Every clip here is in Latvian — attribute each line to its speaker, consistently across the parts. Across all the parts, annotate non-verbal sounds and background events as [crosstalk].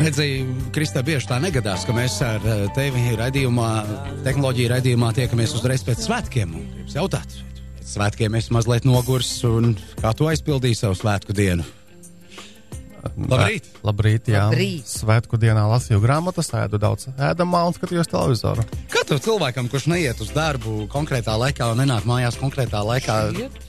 Speaker 1: redzi, Kristā, bieži tā negadās, ka mēs ar eh, tevi raidījumā, tehnoloģiju raidījumā tiekamies uzreiz pēc svētkiem. Un Gribas jautāt, pēc svētkiem es mazliet nogurs, un kā tu aizpildīji savu svētku dienu? Labrīt!
Speaker 2: Eh, Labrīt, jā.
Speaker 3: Labrīt.
Speaker 2: Svētku dienā lasīju grāmatas, ēdu daudz ēdamā un skatījos televizoru.
Speaker 1: Katru cilvēkam, kurš neiet uz darbu konkrētā laikā un nenāk mājās konkrētā laikā,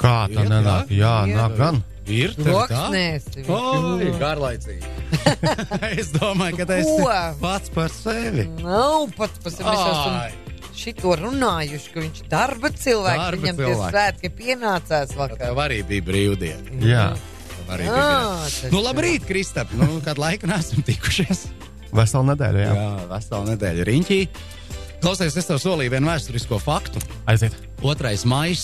Speaker 2: Kā tā
Speaker 1: Iet,
Speaker 2: nenāk? Jā, nāk gan.
Speaker 1: ir
Speaker 3: Loksnēs. [laughs]
Speaker 1: Oi, garlaicīgi. [laughs] es domāju, ka tas
Speaker 3: Ko?
Speaker 1: ir pats par sevi.
Speaker 3: Nav pats par sevi. Mēs
Speaker 1: Ai.
Speaker 3: esam šito runājuši, ka viņš darba cilvēks,
Speaker 1: Darba
Speaker 3: darba viņam tie
Speaker 1: cilvēks.
Speaker 3: svētki pienācās vakar.
Speaker 1: Tev arī bija brīvdiena.
Speaker 2: Jā,
Speaker 1: Tev arī bija brīvdiena.
Speaker 3: Ah, tas
Speaker 1: Nu,
Speaker 3: ir-
Speaker 1: labrīt, Kristap! Nu, kādu laiku neesam tikušies?
Speaker 2: veselu nedēļu. Jā.
Speaker 1: Jā, veselu nedēļu riņķī. Klausies, es tev solīju vienu vēsturisko faktu.
Speaker 2: Aiziet.
Speaker 1: 2. maija,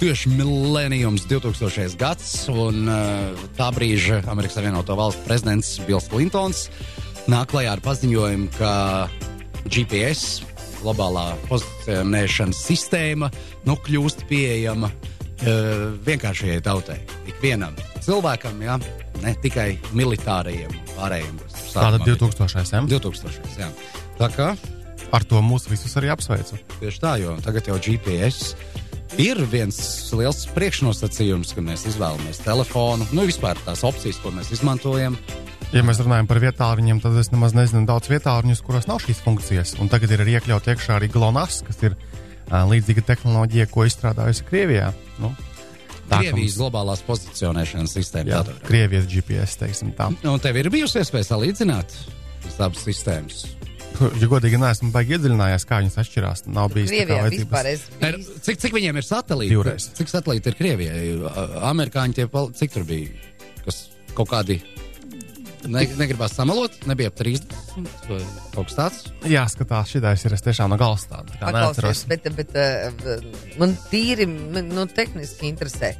Speaker 1: tieši milenijums 2000. gads, un eh, tā brīža Amerikas Savienoto Valstu prezidents Bills Klintons nāk klajā ar paziņojumu, ka GPS, globālā pozicionēšanas sistēma, nu, kļūst pieejama eh, vienkāršajai tautai, ikvienam cilvēkam, jā, ne tikai militārajiem, pārējiem. kas tur
Speaker 2: Tāda
Speaker 1: sākumā bija.
Speaker 2: 2000.
Speaker 1: 2000. Jā. Tā kā
Speaker 2: Ar to mūs visus arī apsveicu.
Speaker 1: tieši tā, jo tagad jau GPS ir viens liels priekšnosacījums, ka mēs izvēlamies telefonu, nu vispār tās opcijas, ko mēs izmantojam.
Speaker 2: Ja mēs runājam par vietārņiem, tad es nemaz nezinu daudz vietārņus, kuros nav šīs funkcijas. Un tagad ir arī iekļaut iekšā arī GLONASS, kas ir ā, līdzīga tehnoloģija, ko izstrādājusi Krievijā. Nu, tā kā
Speaker 1: Krievijas
Speaker 2: mums-
Speaker 1: globālās pozicionēšanas sistēma.
Speaker 2: Jā,
Speaker 1: datorā.
Speaker 2: Krievijas GPS, teiksim tā.
Speaker 1: Nu, Un tev ir bijusi iespēja salīdzināt šīs abas sistēmas.
Speaker 2: [laughs] Ja godīgi neesmu baigi iedziļinājies, kā viņas atšķirās, nav bijis tā kā
Speaker 3: Krievijā
Speaker 2: vajadzības.
Speaker 3: vispār es
Speaker 1: Ir,
Speaker 3: biju.
Speaker 1: cik, cik viņiem ir satelīti?
Speaker 2: Divreiz.
Speaker 1: Cik satelīti ir Krievijai? A- Amerikāņi tie pal... cik tur bija? Kas kaut kādi. Ne, negribās samalot, nebija ap 30 vai kaut kas tāds.
Speaker 2: Jāskatās, šī daļa ir es tiešām no galvas tāda. Tā kā neatceros.
Speaker 3: Paklausies, bet, bet uh, man tīri man, nu, tehniski interesē,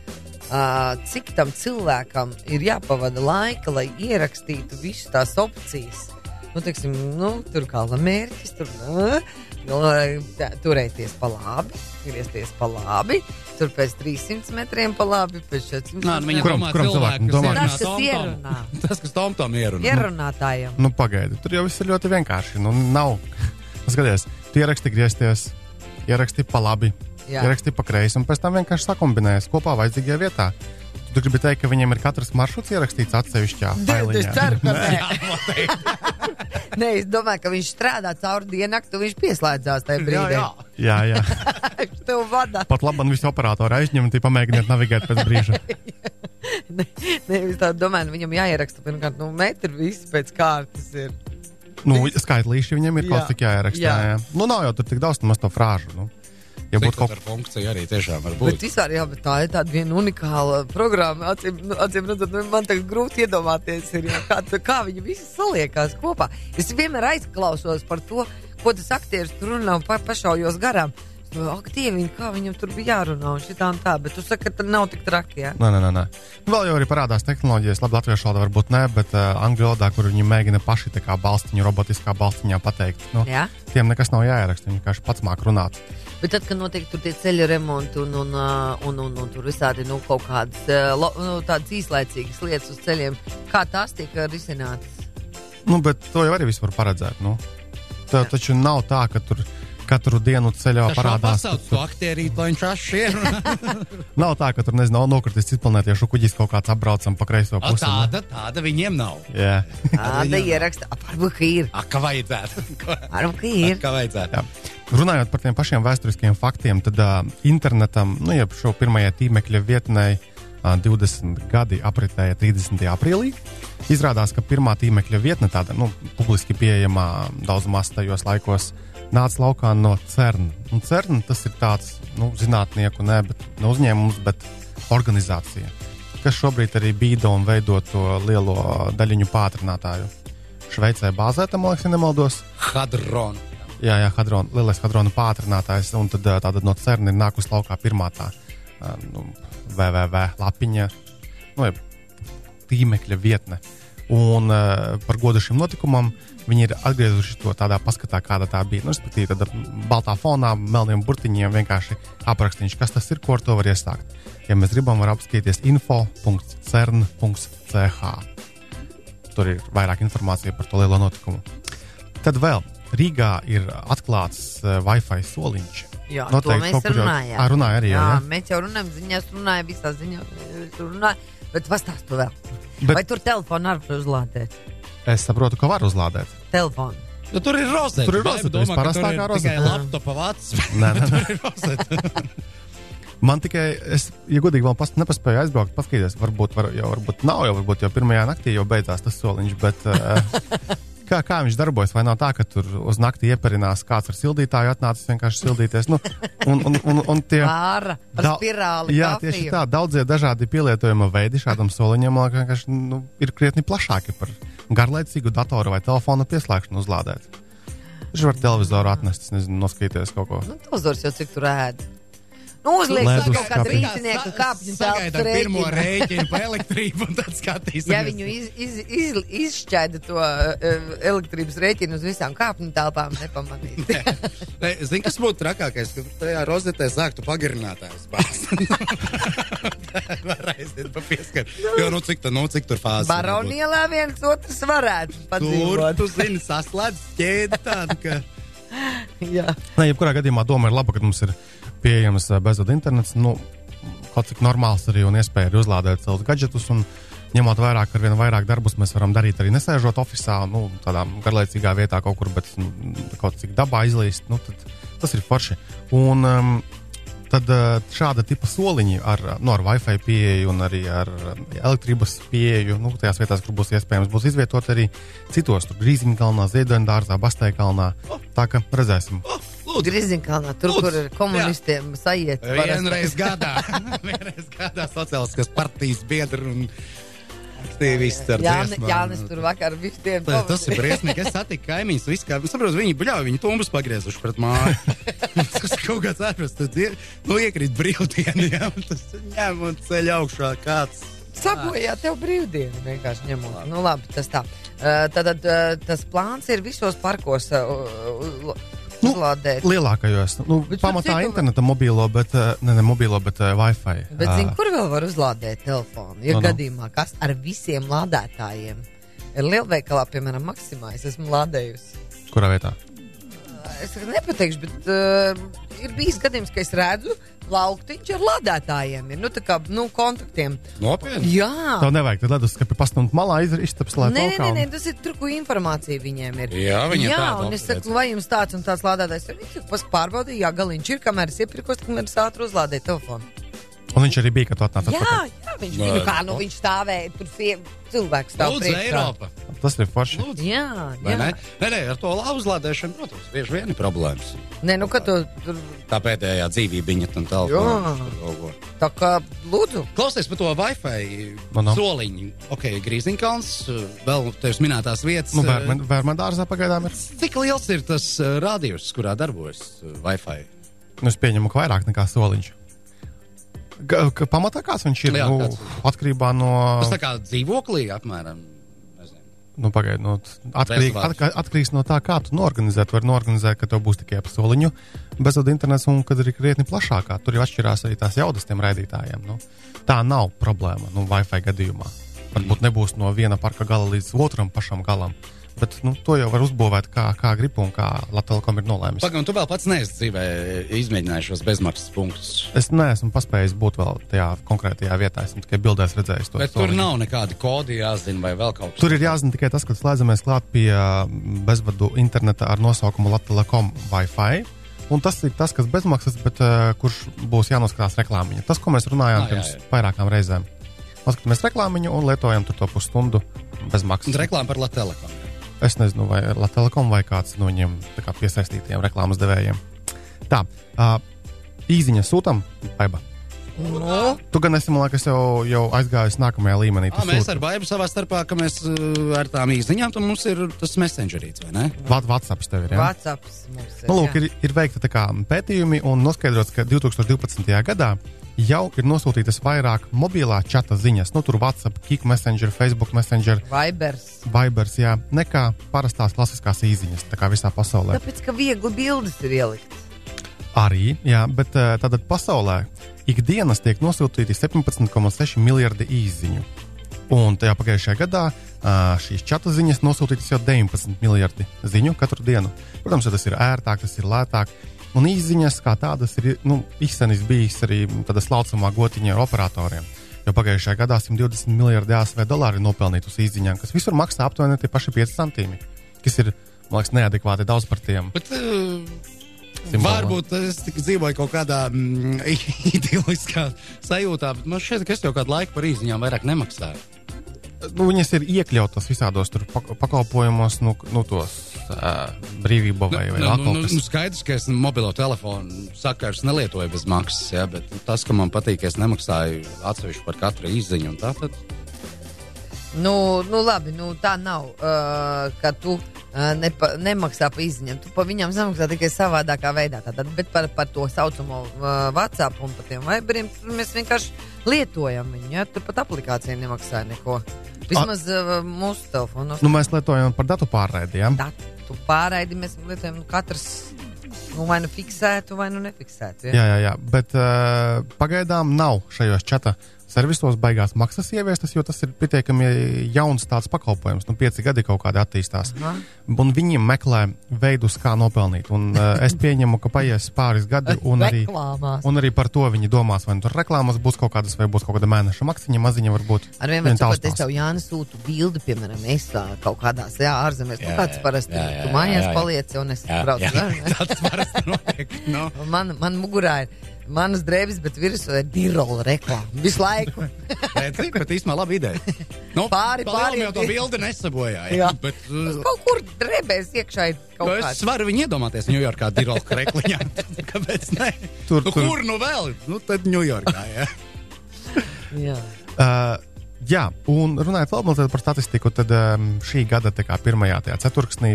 Speaker 3: uh, cik tam cilvēkam ir jāpavada laika, lai ierakstītu visas tās opcijas. Nu, teiksim, nu, tur kā lamērķis, tur uh, turēties pa labi, griezties pa labi, tur pēc 300 metriem pa labi, pēc 400
Speaker 1: Nā, nu, viņa
Speaker 2: Kuram-
Speaker 1: domā,
Speaker 2: kuram cilvēkam?
Speaker 1: cilvēku,
Speaker 2: Domā,
Speaker 3: Tas, kas ierunā.
Speaker 1: [laughs] Tas, kas tam tam ierunā.
Speaker 3: Ierunātājiem.
Speaker 2: Nu, pagaidi, tur jau viss ir ļoti vienkārši. Nu, nav. Nu, Skaties, tu ieraksti griezties, ieraksti pa labi,
Speaker 3: Jā.
Speaker 2: Jā. ieraksti pa kreisi, un pēc tam vienkārši sakumbinējies kopā vajadzīgajā vietā. Tu, tu gribi teikt, ka viņiem ir katrs maršruts ierakstīts atsevišķā
Speaker 3: Es
Speaker 2: failiņā.
Speaker 3: ceru, ka nē. [laughs] nē, es domāju, ka viņš strādā cauri diennakti, un viņš pieslēdzās tajā brīdī.
Speaker 1: Jā, jā.
Speaker 2: Jā, jā.
Speaker 3: [laughs] Viņš tev vada.
Speaker 2: Pat labi, man visi operatori aizņemti, pamēģiniet navigēt pēc brīža.
Speaker 3: Nē, nē, es tā domāju, nu, viņam jāieraksta pirmkārt, nu, metri visi pēc kārtas ir.
Speaker 2: Nu, skaitlīši viņiem ir
Speaker 3: Jā.
Speaker 2: kaut cik jāieraksta. Jā.
Speaker 3: Jā.
Speaker 2: Jā. Nu, nav jau tur tik daudz nemaz to frāžu. Nu. Ja būtu kaut
Speaker 1: kāda funkcija arī tiešām var
Speaker 3: Bet
Speaker 1: būt.
Speaker 3: vispār, jā, bet tā ir tāda viena unikāla programma. Acīm, nu, acīm redzot, nu, man tagad grūti iedomāties, ir, jā, kā, tu- kā viņi visi saliekās kopā. Es vienmēr aizklausos par to, ko tas aktieris tur runā un pa, pašaujos garām. Aktīvi, kā viņam tur bija jārunā un šitā un tā, bet tu saki, ka tur nav tik traki, jā.
Speaker 2: Nē, nē, nē, nē. Nu, Vēl jau arī parādās tehnoloģijas, labi, latviešu valodā varbūt ne, bet uh, angļu valodā, kur viņi mēģina paši tā kā balstiņu, robotiskā balstiņā pateikt. Nu,
Speaker 3: jā?
Speaker 2: tiem nekas nav jāieraksta, viņi vienkārši pats māk runāt.
Speaker 3: Bet tad, kad notiek tur tie ceļu remonti un, un, ā, un, un, un tur visādi nu, kaut kādas ā, lo- nu, tādas īslaicīgas lietas uz ceļiem, kā tās tiek ā,
Speaker 2: [laughs]
Speaker 3: risinātas?
Speaker 2: Nu, bet to jau arī viss var paredzēt. Nu. Tā,
Speaker 3: Jā.
Speaker 2: taču nav tā, ka tur katru dienu ceļā parādās.
Speaker 1: Pasauc to aktierīt, lai viņš ašķienu. [laughs]
Speaker 2: Nav tā, ka tur, nezinu, nokritis citplanētiešu kuģis kaut kāds apbraucam pa kreiso pusi. nu.
Speaker 1: Tāda, tāda viņiem nav.
Speaker 2: Jā.
Speaker 3: Tāda ieraksta, ap, varbūt ka ir.
Speaker 1: A, kā vajadzētu? [laughs] Kā-
Speaker 3: Varbūt ka
Speaker 1: a,
Speaker 3: ir.
Speaker 1: Kā vajadzētu?
Speaker 2: Jā. Runājot par tiem pašiem vēsturiskiem faktiem, tad uh, internetam, nu, jau šo pirmajai tīmekļa vietnei uh, 20 gadi apritēja 30. aprīlī. Izrādās, ka pirmā tīmekļa vietne, tāda nu, publiski pieejama daudz maz tajos laikos, nāca laukā no CERN. Un CERN tas ir tāds nu, zinātnieku, ne, bet, ne uzņēmums, bet organizācija, kas šobrīd arī bīda un veido to lielo daļiņu pātrinātāju. Šveicē bāzēta, man liekas, ja nemaldos.
Speaker 1: Hadron.
Speaker 2: Jā, jā hadron, lielais hadrona pātrinātājs. Un tad ā, tātad no CERN ir nākusi laukā pirmā tā ā, nu, VVV lapiņa, nu, jeb tīmekļa vietne. Un ā, par godu šim notikumam viņi ir atgriezuši to tādā paskatā, kāda tā bija. Nu, respektīvi, tādā baltā fonā, melniem burtiņiem vienkārši aprakstīts, kas tas ir, ko ar to var iesākt. Ja mēs gribam, var apskatīties info.cern.ch. tur ir vairāk informācija par to lielo notikumu. Tad vēl Rīgā ir atklāts uh, Wi-Fi soliņš.
Speaker 3: Jā, to
Speaker 2: Noteikti
Speaker 3: mēs
Speaker 2: kaut kur jau-
Speaker 3: runājām.
Speaker 2: Ā, runāja arī, jā, jā.
Speaker 3: mēs jau runājām, ziņās runājām, visā ziņā eh, tur runājām. Bet pastāstu vēl. Bet...
Speaker 2: Bet-
Speaker 3: Vai tur telefonu arī var uzlādēt?
Speaker 2: Es saprotu, ka var uzlādēt.
Speaker 3: Telefonu.
Speaker 1: Nu, tur ir rozete.
Speaker 2: Tur ir
Speaker 1: Baiba
Speaker 2: rozete,
Speaker 1: domā, ka
Speaker 2: visparastākā
Speaker 1: tur ir
Speaker 2: rozete.
Speaker 1: Tikai [laughs] laptopa vats.
Speaker 2: Nē, nē,
Speaker 1: [laughs]
Speaker 2: nē.
Speaker 1: Tur ir rozete.
Speaker 2: Man tikai, es, ja godīgi, vēl pas, nepaspēju aizbraukt, paskatīties. Varbūt, var, jau, varbūt nav, jau, varbūt jau pirmajā naktī jau beidzās tas soliņš. Bet, eh, kā, kā viņš darbojas? Vai nav tā, ka tur uz naktī ieperinās kāds ar sildītāju, atnācis vienkārši sildīties? Nu, un, un, un, un tie,
Speaker 3: Pāra ar
Speaker 2: Dau-
Speaker 3: spirāli.
Speaker 2: Jā,
Speaker 3: kafiju.
Speaker 2: tieši tā. Daudzie dažādi pielietojuma veidi šādam soliņam man liekas, vienkārši nu, ir krietni plašāki par garlaicīgu datoru vai telefonu pieslēgšanu uzlādēt. Viņš var televizoru atnest, es nezinu, noskatīties kaut ko.
Speaker 3: Nu, tas uzvars jau cik tur ēd. Nu,
Speaker 1: [laughs]
Speaker 3: uzliek
Speaker 2: Ledus
Speaker 3: sāk kaut kādu
Speaker 2: kapi.
Speaker 3: rītnieku kāpņu
Speaker 1: Sagaida
Speaker 3: telpu
Speaker 1: pirmo
Speaker 3: rēķinu.
Speaker 1: rēķinu pa elektrību un tad skatīsies.
Speaker 3: Ja viņu iz, iz, iz, izšķaida to uh, elektrības rēķinu uz visām kāpņu telpām,
Speaker 1: [laughs]
Speaker 3: nepamanīs.
Speaker 1: Nē, Zini, kas būtu trakākais, kad tajā rozetē sāktu pagarinātājs bāzt. [laughs] Var aiziet pa pieskaru. Jo, nu, cik, tā, nu, cik tur fāzi.
Speaker 3: Baronielā viens otrs varētu
Speaker 1: Tur,
Speaker 3: padzīvot.
Speaker 1: tu zini, saslēdz ķēdi tādu, ka...
Speaker 3: Jā.
Speaker 2: Nē, jebkurā gadījumā doma ir laba, ka mums ir pieejams eh, bezvadu internets. Nu, kaut cik normāls arī un iespēja arī uzlādēt savus gadgetus. Un, Ņemot vērā, ka ar vien vairāk darbus mēs varam darīt arī nesēžot oficiālā, nu, tādā garlaicīgā vietā kaut kur, bet nu, kaut cik dabā izlīst, nu, tad tas ir forši. Un um, tad eh, šāda tipa soliņi ar, eh, nu, ar Wi-Fi pieeju un arī ar eh, elektrības pieeju, nu, tajās vietās, kur būs iespējams, būs izvietot arī citos, tur Grīziņkalnā, Ziedonjārzā, Bastēkalnā. Tā kā redzēsim.
Speaker 1: Lūdzu,
Speaker 3: Grizinkalnā, tur,
Speaker 1: Lūdzu,
Speaker 3: kur ir komunistiem sajiet.
Speaker 1: vienreiz gadā. [laughs] Vienreiz gadā sociālistiskās partijas biedri un aktīvisti ar
Speaker 3: Jā,
Speaker 1: dziesmām.
Speaker 3: Jānis tur vakar visiem
Speaker 1: Tas, tas ir briesmīgi. Es satiku kaimiņus. Visu, kā, saprotu, viņi bļauj, viņi tumbas pagriezuši pret [laughs] māju. tas kaut kāds atrast, tad ir, nu, iekrīt brīvdienu. Jā, un tas ņem un ceļ augšā kāds.
Speaker 3: Sabojā tev brīvdienu vienkārši ņemot. Labi. Nu, labi, tas tā. Uh, tad uh, tas plāns ir visos parkos uh, uh,
Speaker 2: Nu,
Speaker 3: uzlādēt.
Speaker 2: Lielākajos, nu,
Speaker 3: Bet par
Speaker 2: pamatā
Speaker 3: citu-
Speaker 2: interneta mobilo, bet eh, ne, ne mobilo, bet eh, Wi-Fi.
Speaker 3: Bet
Speaker 2: eh,
Speaker 3: zini, kur vēl var uzlādēt telefonu? Ja
Speaker 2: Nu,
Speaker 3: no,
Speaker 2: nu.
Speaker 3: gadījumā kas ar visiem lādētājiem? Ir lielveikalā, piemēram, Maksimā, es esmu lādējusi.
Speaker 2: kurā vietā?
Speaker 3: Es tagad nepateikšu, bet uh, ir bijis gadījums, ka es redzu lauktiņš ar lādētājiem. Ir, nu, tā kā, nu, kontaktiem.
Speaker 1: Nopietni.
Speaker 3: Jā,
Speaker 2: Tev nevajag, tad leduskapi pastumt malā, iz- iztaps, lai
Speaker 3: Ah. Nē,
Speaker 2: kaut
Speaker 3: nē,
Speaker 2: kā.
Speaker 3: nē, tas ir tur, kur informācija viņiem ir.
Speaker 1: Jā, viņiem
Speaker 3: Jā
Speaker 1: tāda
Speaker 3: un es
Speaker 1: opcija.
Speaker 3: saku, vai jums tāds un tāds lādētājs ir? Viņš saka, pārbaudīja, jā, galīgi ir, kamēr es iepirkos, kamēr es ātri uzlādēju telefonu.
Speaker 2: Un viņš arī bija, kad tu atnāc
Speaker 3: Jā,
Speaker 2: atpakaļ.
Speaker 3: jā, viņš
Speaker 1: Nē,
Speaker 3: bija kā,
Speaker 1: nu.
Speaker 3: nu viņš stāvēja, tur sie- cilvēks stāv
Speaker 1: Lūdzu,
Speaker 3: priekšā.
Speaker 1: Eiropa.
Speaker 2: Tas ir forši.
Speaker 1: Lūdzu.
Speaker 3: Jā,
Speaker 1: Vai
Speaker 3: jā.
Speaker 1: ne? Nē, nē, ar to uzlādēšanu, protams, bieži vien ir problēmas.
Speaker 3: Nē, nu, ka tu tur
Speaker 1: Tā pēdējā dzīvība viņa tam
Speaker 3: Jā.
Speaker 1: tālāk.
Speaker 3: tā kā lūdzu.
Speaker 1: Klausies par to Wi-Fi
Speaker 2: Nu, nu.
Speaker 1: soliņu. Ok, Grīziņkalns, vēl tevis minētās vietas.
Speaker 2: Nu,
Speaker 1: eh,
Speaker 2: vērmen, vērmen dārzā pagaidām ir.
Speaker 1: Cik liels ir tas eh, radius, kurā darbojas eh, Wi-Fi?
Speaker 2: Nu, es pieņemu, ka vairāk nekā soliņš. Ga- ka Pamatā kāds viņš ir?
Speaker 1: Jā,
Speaker 2: nu,
Speaker 1: kāds.
Speaker 2: atkarībā no.
Speaker 1: Tas tā kā dzīvoklī apmēram. nezinu.
Speaker 2: Nu, pagaid, nu, atkarīg,
Speaker 1: Bezvārds.
Speaker 2: atk atkarīgs no tā, kā tu norganizē. Tu vari norganizēt, ka tev būs tikai ap soliņu, bezvadu internets, un kad ir krietni plašākā. Tur jau atšķirās arī tās jaudas tiem raidītājiem. Nu, tā nav problēma nu, Wi-Fi gadījumā. Varbūt nebūs no viena parka gala līdz otram pašam galam. Bet nu, to jau var uzbūvēt kā, kā gribi un kā Latvijas ir nolēmis.
Speaker 1: Pagaidām, tu vēl pats neesi dzīvē izmēģinājis šos bezmaksas punktus.
Speaker 2: Es neesmu paspējis būt vēl tajā konkrētajā vietā. Esmu tikai bildēs redzējis to.
Speaker 1: Bet tur
Speaker 2: soliņu.
Speaker 1: nav nekādi kodi jāzina vai vēl kaut kas
Speaker 2: Tur ir jāzina tikai tas, ka slēdzamies klāt pie mm, bezvadu interneta ar nosaukumu Latvijas Wi-Fi. Un tas ir tas, kas bezmaksas, bet uh, kurš būs jānoskatās reklāmiņa. Tas, ko mēs runājām
Speaker 1: Ah, jā,
Speaker 2: pirms
Speaker 1: jā.
Speaker 2: vairākām reizēm. Noskatāmies reklāmiņu un lietojam tur to pusstundu bez
Speaker 1: Un
Speaker 2: maksas.
Speaker 1: Reklāma par Latviju.
Speaker 2: Es nezinu, vai Latvijas vai kāds no viņiem tā kā piesaistītajiem reklāmas devējiem. Tā, uh, īziņa sūtam, baiba.
Speaker 3: Nu,
Speaker 2: Tu gan esi, man liekas, jau, jau aizgājis nākamajā līmenī.
Speaker 1: Ah, mēs ar Bābu savā starpā, ka mēs eh, ar tām īsiņām, tad mums ir tas messengerīts, vai ne?
Speaker 2: Vatsapis tev ir. Ja?
Speaker 3: Vatsaps mums ir.
Speaker 2: Nu, lūk,
Speaker 3: jā.
Speaker 2: ir, ir veikta tā kā pētījumi un noskaidrots, ka 2012. gadā jau ir nosūtītas vairāk mobilā čata ziņas, nu, tur WhatsApp, Kik, Messenger, Facebook, Messenger,
Speaker 3: Vibers.
Speaker 2: Vibers, jā, nekā parastās klasiskās īziņas, tā kā visā pasaulē.
Speaker 3: Tāpēc, ka viegli bildes ir ielikt.
Speaker 2: Arī, jā, bet eh, tātad pasaulē ikdienas tiek nosūtīti 17,6 miljardi īziņu. Un tajā pagājušajā gadā ā, šīs čata ziņas nosūtītas jau 19 miljardi ziņu katru dienu. Protams, ja tas ir ērtāk, tas ir lētāk. Un īsiņas kā tādas ir nu, īstenībā bijis arī tādā slaucamā gotiņā ar operatoriem. Jo pagājušajā gadā 120 miljardi ASV dolāri nopelnīti uz īsiņām, kas visur maksā aptuveni tie paši 5 centīmi, kas ir, man liekas, neadekvāti daudz par tiem.
Speaker 1: Bet, uh,
Speaker 2: Simbolā.
Speaker 1: Varbūt es tik dzīvoju kaut kādā mm, [laughs] idiliskā sajūtā, bet man šķiet, ka es jau kādu laiku par īziņām vairāk nemaksāju.
Speaker 2: nu, viņas ir iekļautas visādos tur pak- pakalpojumos, nu, nu tos uh, brīvību vai, vai
Speaker 1: Nu,
Speaker 2: vēl
Speaker 1: nu,
Speaker 2: kaut
Speaker 1: nu,
Speaker 2: kas.
Speaker 1: nu, skaidrs, ka es mobilo telefonu sakars nelietoju bez maksas, ja, bet nu, tas, ka man patīk, ka es nemaksāju atsevišķi par katru īziņu, un tā tad
Speaker 3: Nu, nu, labi, nu, tā nav, uh, ka tu uh, nepa, nemaksā par izņēmumu. Tu par viņiem samaksā tikai savādākā veidā. Tātad, bet par, par to saucamo uh, WhatsApp un par tiem vibriem tur mēs vienkārši lietojam viņu. Ja? Tur pat aplikācija nemaksāja neko. Vismaz uh, mūsu telefonos.
Speaker 2: Nu, mēs lietojam par datu pārraidi. Ja?
Speaker 3: datu pārraidi mēs lietojam nu, katrs nu, vai nu fiksētu, vai nu nefiksētu. Ja?
Speaker 2: Jā, jā, jā. Bet uh, pagaidām nav šajos čata servisos baigās maksas ieviestas, jo tas ir pietiekami jauns tāds pakalpojums. Nu, pieci gadi kaut kādi attīstās.
Speaker 3: Aha.
Speaker 2: Un viņi meklē veidus, kā nopelnīt. Un, uh, es pieņemu, ka paies pāris gadi un arī.
Speaker 3: Reklāmās.
Speaker 2: Un arī par to viņi domās, vai nu tur reklāmas būs kaut kādas, vai būs kaut kāda mēneša maksiņa, maziņa varbūt.
Speaker 3: Ar vienu
Speaker 2: Vien
Speaker 3: tādu
Speaker 2: taustās.
Speaker 3: saktu, es tev Jānis sūtu bildi, piemēram, es ā, kaut kādās jā, ārzemēs.
Speaker 1: Jā,
Speaker 3: Nu, kāds
Speaker 1: jā,
Speaker 3: parasti
Speaker 1: jā, jā,
Speaker 3: tu
Speaker 1: jā,
Speaker 3: mājās
Speaker 1: jā, jā.
Speaker 3: paliec, un es
Speaker 1: jā,
Speaker 3: braucu
Speaker 1: jā, [laughs]
Speaker 3: vēl.
Speaker 1: tāds parasti notiek. nu. No.
Speaker 3: Man, man mugurā ir manas drēbes, bet virsū ir dirola reklāma. Visu laiku.
Speaker 1: Redzi, bet īstenībā labi ideja. Nu,
Speaker 3: Pāri,
Speaker 1: pa lielam
Speaker 3: pāri.
Speaker 1: jau to bildi nesabojāja.
Speaker 3: Jā.
Speaker 1: Bet, uh,
Speaker 3: Kaut kur drēbēs iekšā ir
Speaker 1: Nu,
Speaker 3: kaut
Speaker 1: es
Speaker 3: kas.
Speaker 1: varu viņu iedomāties Ņujorkā, Dīroka rekliņā. [laughs] Kāpēc? Ne?
Speaker 2: Tur,
Speaker 1: nu,
Speaker 2: kur-
Speaker 1: kur nu vēl? Nu, tad Ņujorkā. Ja.
Speaker 3: Jā.
Speaker 2: Uh, jā, un runājot vēl mazliet par statistiku, tad um, šī gada tā kā, pirmajā tajā ceturksnī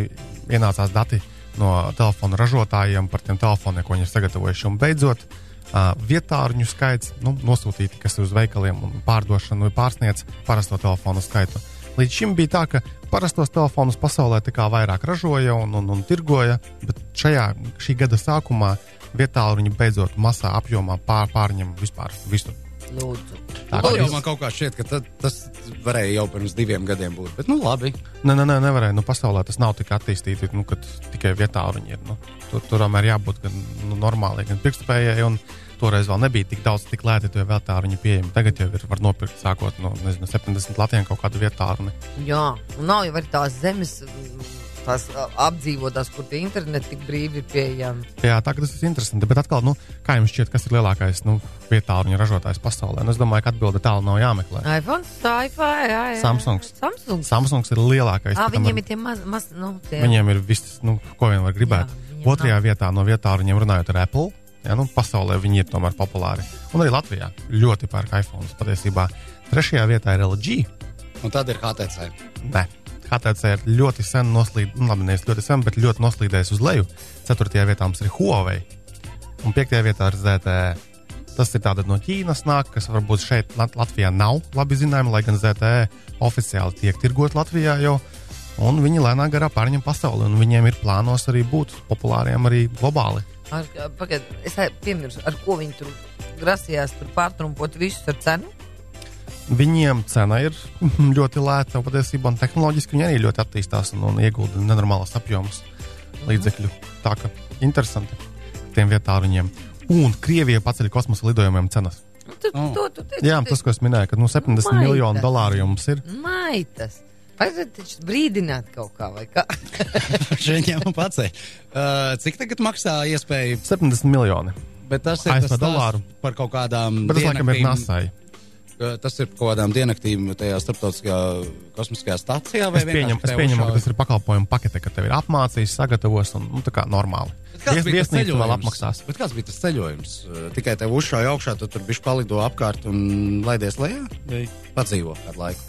Speaker 2: ienācās dati no telefonu ražotājiem par tiem telefoniem, ko viņi ir sagatavojuši. Un beidzot, uh, vietāruņu skaits nu, nosūtīti, kas ir uz veikaliem un pārdošanu, ir pārsniedz parasto telefonu skaitu. Līdz šim bija tā, ka parastos telefonus pasaulē tā kā vairāk ražoja un, un, un tirgoja, bet šajā šī gada sākumā vietāruņi beidzot masā apjomā pār, pārņem vispār visu.
Speaker 3: Lūdzu.
Speaker 2: Tā kā
Speaker 1: Tur jau
Speaker 2: viss-
Speaker 1: man kaut kā šķiet, ka tad, tas varēja jau pirms diviem gadiem būt. Bet, nu, labi.
Speaker 2: Nē, nē, nē, nevarēja. Nu, pasaulē tas nav tik attīstīts, nu, ka tikai vietā viņi ir. Nu, tur tur tomēr jābūt gan nu, normālai, gan pirktspējai. un Toreiz vēl nebija tik daudz, tik lēti, jo vēl tā viņa pieejama. Tagad jau ir, var nopirkt sākot no nezinu, 70 latiem kaut kādu vietā.
Speaker 3: Jā, un nav jau arī tās zemes, mm, tās ā, apdzīvotās, kur tie interneti tik brīvi ir pieejami.
Speaker 2: Jā, tā ka tas ir interesanti. Bet atkal, nu, kā jums šķiet, kas ir lielākais nu, vietā viņa ražotājs pasaulē? Nu, es domāju, ka atbilde tālu nav jāmeklē.
Speaker 3: iPhone, iPhone, jā, jā.
Speaker 2: Samsungs.
Speaker 3: Samsungs.
Speaker 2: Samsungs ir lielākais.
Speaker 3: Ah,
Speaker 2: bet tam
Speaker 3: viņiem ir tie mazi, maz, nu, tie.
Speaker 2: Viņiem ir viss, nu, ko vien var gribēt.
Speaker 3: Jā,
Speaker 2: Jā,
Speaker 3: viņiem
Speaker 2: Otrajā nav. vietā, no vietā, ar viņiem runājot ar Apple. Jā, nu, pasaulē viņi ir tomēr populāri. Un arī Latvijā ļoti pērk iPhone. Patiesībā trešajā vietā ir LG.
Speaker 1: Un tad ir HTC.
Speaker 2: Nē, HTC ir ļoti sen noslīdējis, nu, labi, nevis ļoti sen, bet ļoti noslīdējis uz leju. Ceturtajā vietā mums ir Huawei. Un piektajā vietā ir ZTE. Tas ir tāds no Ķīnas nāk, kas varbūt šeit Lat- Latvijā nav labi zināms, lai gan ZTE oficiāli tiek tirgot Latvijā jau. Un viņi lēnām garā pārņem pasauli, un viņiem ir plānos arī būt populāriem arī globāli.
Speaker 3: Ar, pagad, es ai- piemirsu, ar ko viņi tur grasījās tur pārtrumpot visus ar cenu.
Speaker 2: Viņiem cena ir [laughs] ļoti lēta, un patiesībā un tehnoloģiski viņi arī ļoti attīstās un, un iegulda nenormālas apjomus līdzekļu. Tā kā interesanti tiem vietā viņiem. Un Krievija paceļ kosmosa lidojumiem cenas.
Speaker 3: Nu, tu,
Speaker 1: Oh.
Speaker 3: oh. to, tu teici,
Speaker 2: Mm. Jā, tas, ko es minēju, ka nu, 70
Speaker 3: Maita.
Speaker 2: miljonu dolāru jums ir.
Speaker 3: Maitas. Vajadzētu taču brīdināt kaut kā, vai
Speaker 2: [laughs]
Speaker 3: kā?
Speaker 1: Šeņiem un pacē. Uh, cik tagad maksā iespēja?
Speaker 2: 70 miljoni.
Speaker 1: Bet tas ir
Speaker 2: ASV
Speaker 1: tas
Speaker 2: dolāru.
Speaker 1: stāsts par kaut kādām.
Speaker 2: Bet tas, laikam, ir
Speaker 1: diennaktīm,
Speaker 2: NASA.
Speaker 1: uh, Tas ir par kaut kādām diennaktīm tajā starptautiskā kosmiskajā stācijā. vai
Speaker 2: Es
Speaker 1: vienkārši
Speaker 2: pieņemu, es
Speaker 1: tev
Speaker 2: pieņemu ka
Speaker 1: uzšauj?
Speaker 2: tas ir pakalpojumu pakete, ka tev ir apmācījis, sagatavos un nu, tā kā normāli.
Speaker 1: Bet
Speaker 2: Vies,
Speaker 1: Kāds bija, tas
Speaker 2: viesnīca vēl
Speaker 1: ceļojums?
Speaker 2: apmaksās.
Speaker 1: Bet kāds bija tas ceļojums? Uh, Tikai te uzšāva augšā, tad tur bija palido apkārt un laidies lejā. Vai Padzīvo kādu laiku.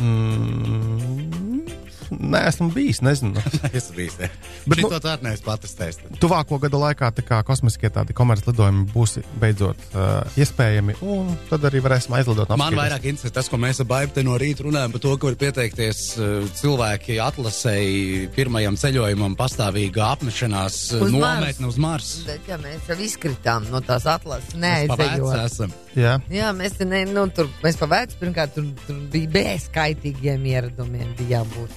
Speaker 2: Mm, neesmu bijis. Nezinu.
Speaker 1: [laughs] Es biju te.
Speaker 2: nu-
Speaker 1: Bet to tā neesmu patestējis.
Speaker 2: Tuvāko gadu laikā tā kā, kosmiskie tādi komerclidojumi būs beidzot uh, iespējami, un tad arī varēsim aizlidot no
Speaker 1: Man vairāk interesē tas, ko mēs ar Bābu te no rīta runājam par to, kur pieteikties uh, cilvēki atlasēji pirmajam ceļojumam, pastāvīgā apmešanās uh,
Speaker 3: Uz
Speaker 1: nometne uz Marsu.
Speaker 3: Bet, ja mēs jau izkritām no tās atlases,
Speaker 1: Mēs pa vecu
Speaker 3: neaizejot.
Speaker 1: esam.
Speaker 2: Jā,
Speaker 3: Jā, mēs te ne, nu, tur mēs pavēcām, pirmkārt, tur, tur bija bezskaitīgiem ieradumiem, bija jābūt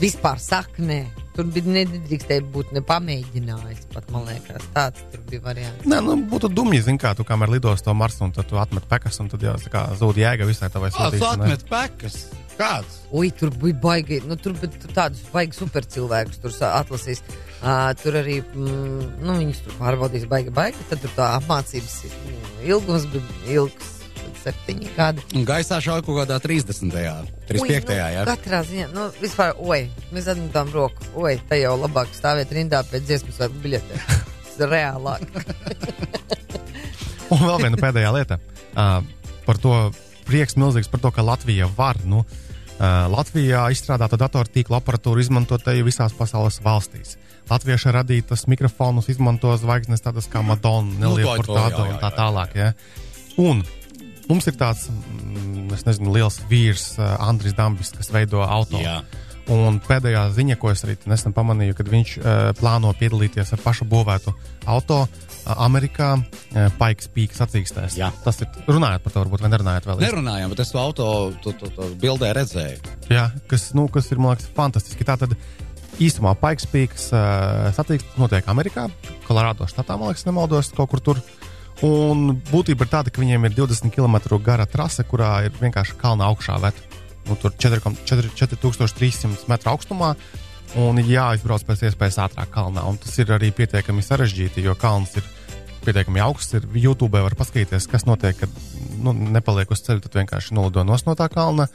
Speaker 3: vispār saknē. Tur bija nedrīkstēji būt nepamēģinājis, pat man liekas, tāds tur bija variants.
Speaker 2: Nē, nu, būtu dumji, zin, kā tu kamēr lidos to Marsu, un tad tu atmet pekas, un tad jau tā kā zūd jēga visai tavai
Speaker 1: Kāds
Speaker 2: sūtīšanai.
Speaker 1: atmet pekas? Kāds?
Speaker 3: Ui, tur bija baigi, nu, tur bija tur tādus baigi supercilvēkus, tur sa- atlasīs. Uh, tur arī, mm, nu, viņas tur pārbaudīs baigi, baigi, tad tur tā apmācības mm, ilgums bija ilgs, septiņi gadi.
Speaker 1: Un gaisā šāda kaut kādā 30. 35.
Speaker 3: Ui, nu,
Speaker 1: jā.
Speaker 3: Katrā ziņā, nu, vispār, oi, mēs atmetām roku. Oi, tā jau labāk stāvēt rindā pēc dziesmas vai biļetē. Reālāk.
Speaker 2: Un vēl viena pēdējā lieta. Uh, par to prieks milzīgs par to, ka Latvija var. Nu, uh, Latvijā izstrādāta datortīkla aparatūra izmantotāji visās pasaules valstīs. Latvieši radītas mikrofonus izmanto zvaigznes tādas kā Madonna,
Speaker 1: Nu,
Speaker 2: Nelija
Speaker 1: to- to,
Speaker 2: Portāda
Speaker 1: jā,
Speaker 2: un
Speaker 1: jā,
Speaker 2: tā
Speaker 1: jā,
Speaker 2: tālāk. Ja? Un mums ir tāds, mm, es nezinu, liels vīrs, uh, Andris Dambis, kas veido auto.
Speaker 1: Jā.
Speaker 2: Un pēdējā ziņa, ko es arī nesen pamanīju, kad viņš uh, plāno piedalīties ar pašu būvētu auto uh, Amerikā, uh, Paiks Pīks atzīstēs.
Speaker 1: Jā.
Speaker 2: Tas ir runājot par to, varbūt vai nerunājot vēl.
Speaker 1: Nerunājām, Nu, bet es to auto to, to, to bildē redzēju.
Speaker 2: Jā, kas, nu, kas ir, man liekas, fantastiski. Tā tad īsumā Paiks Pīks uh, satiksmes notiek Amerikā, Kolorādo štatā, man liekas, nemaldos, kaut kur tur. Un būtība ir tāda, ka viņiem ir 20 km gara trase, kurā ir vienkārši kalna augšā vērta. Nu, tur 4 kom- 4 4300 metru augstumā. Un ir jāizbrauc pēc iespējas ātrāk kalnā. Un tas ir arī pietiekami sarežģīti, jo kalns ir pietiekami augsts. Ir YouTube var paskatīties, kas notiek, kad nu, nepaliek uz ceļa, tad vienkārši nolido nos no tā kalna.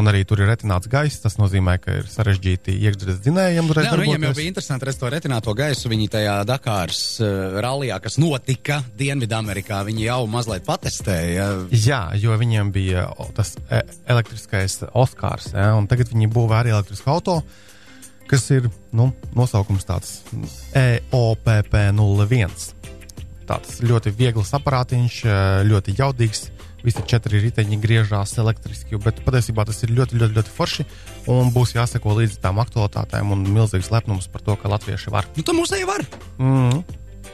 Speaker 2: Un arī tur ir retināts gaiss. Tas nozīmē, ka ir sarežģīti iekšzemes dzinējiem.
Speaker 1: Nē, nu, viņam jau bija interesanti redzēt to retināto gaisu. Viņi tajā Dakāras uh, rallijā, kas notika Dienvidamerikā, viņi jau mazliet patestēja.
Speaker 2: Jā, jo viņiem bija o, tas e, elektriskais Oskars, ja, un tagad viņi būvē arī elektrisku automašīnu, kas ir nu, nosaukums tāds E EOPP01. Tāds ļoti viegls aparātiņš, e, ļoti jaudīgs. Visi četri riteņi griežās elektriski, bet patiesībā tas ir ļoti, ļoti, ļoti forši. Un būs jāseko līdzi tām aktualitātēm un milzīgs lepnums par to, ka latvieši var.
Speaker 1: Nu, tā mums arī var.
Speaker 2: Mm.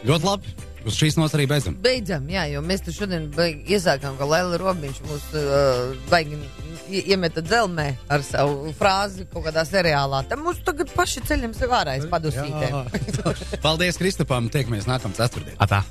Speaker 1: Ļoti labi. Uz šīs nos arī beidzam.
Speaker 3: Beidzam, jā, jo mēs tur šodien beig- iesākām, ka Lēla Robiņš mūs uh, baigi ie- iemeta dzelmē ar savu frāzi kaut kādā seriālā. Tad mums tagad
Speaker 2: Nu,
Speaker 3: paši ceļam sev ārā aiz padusītēm.
Speaker 1: Paldies Kristupam. Tiekamies nākamā ceturtdienā.
Speaker 2: Atā!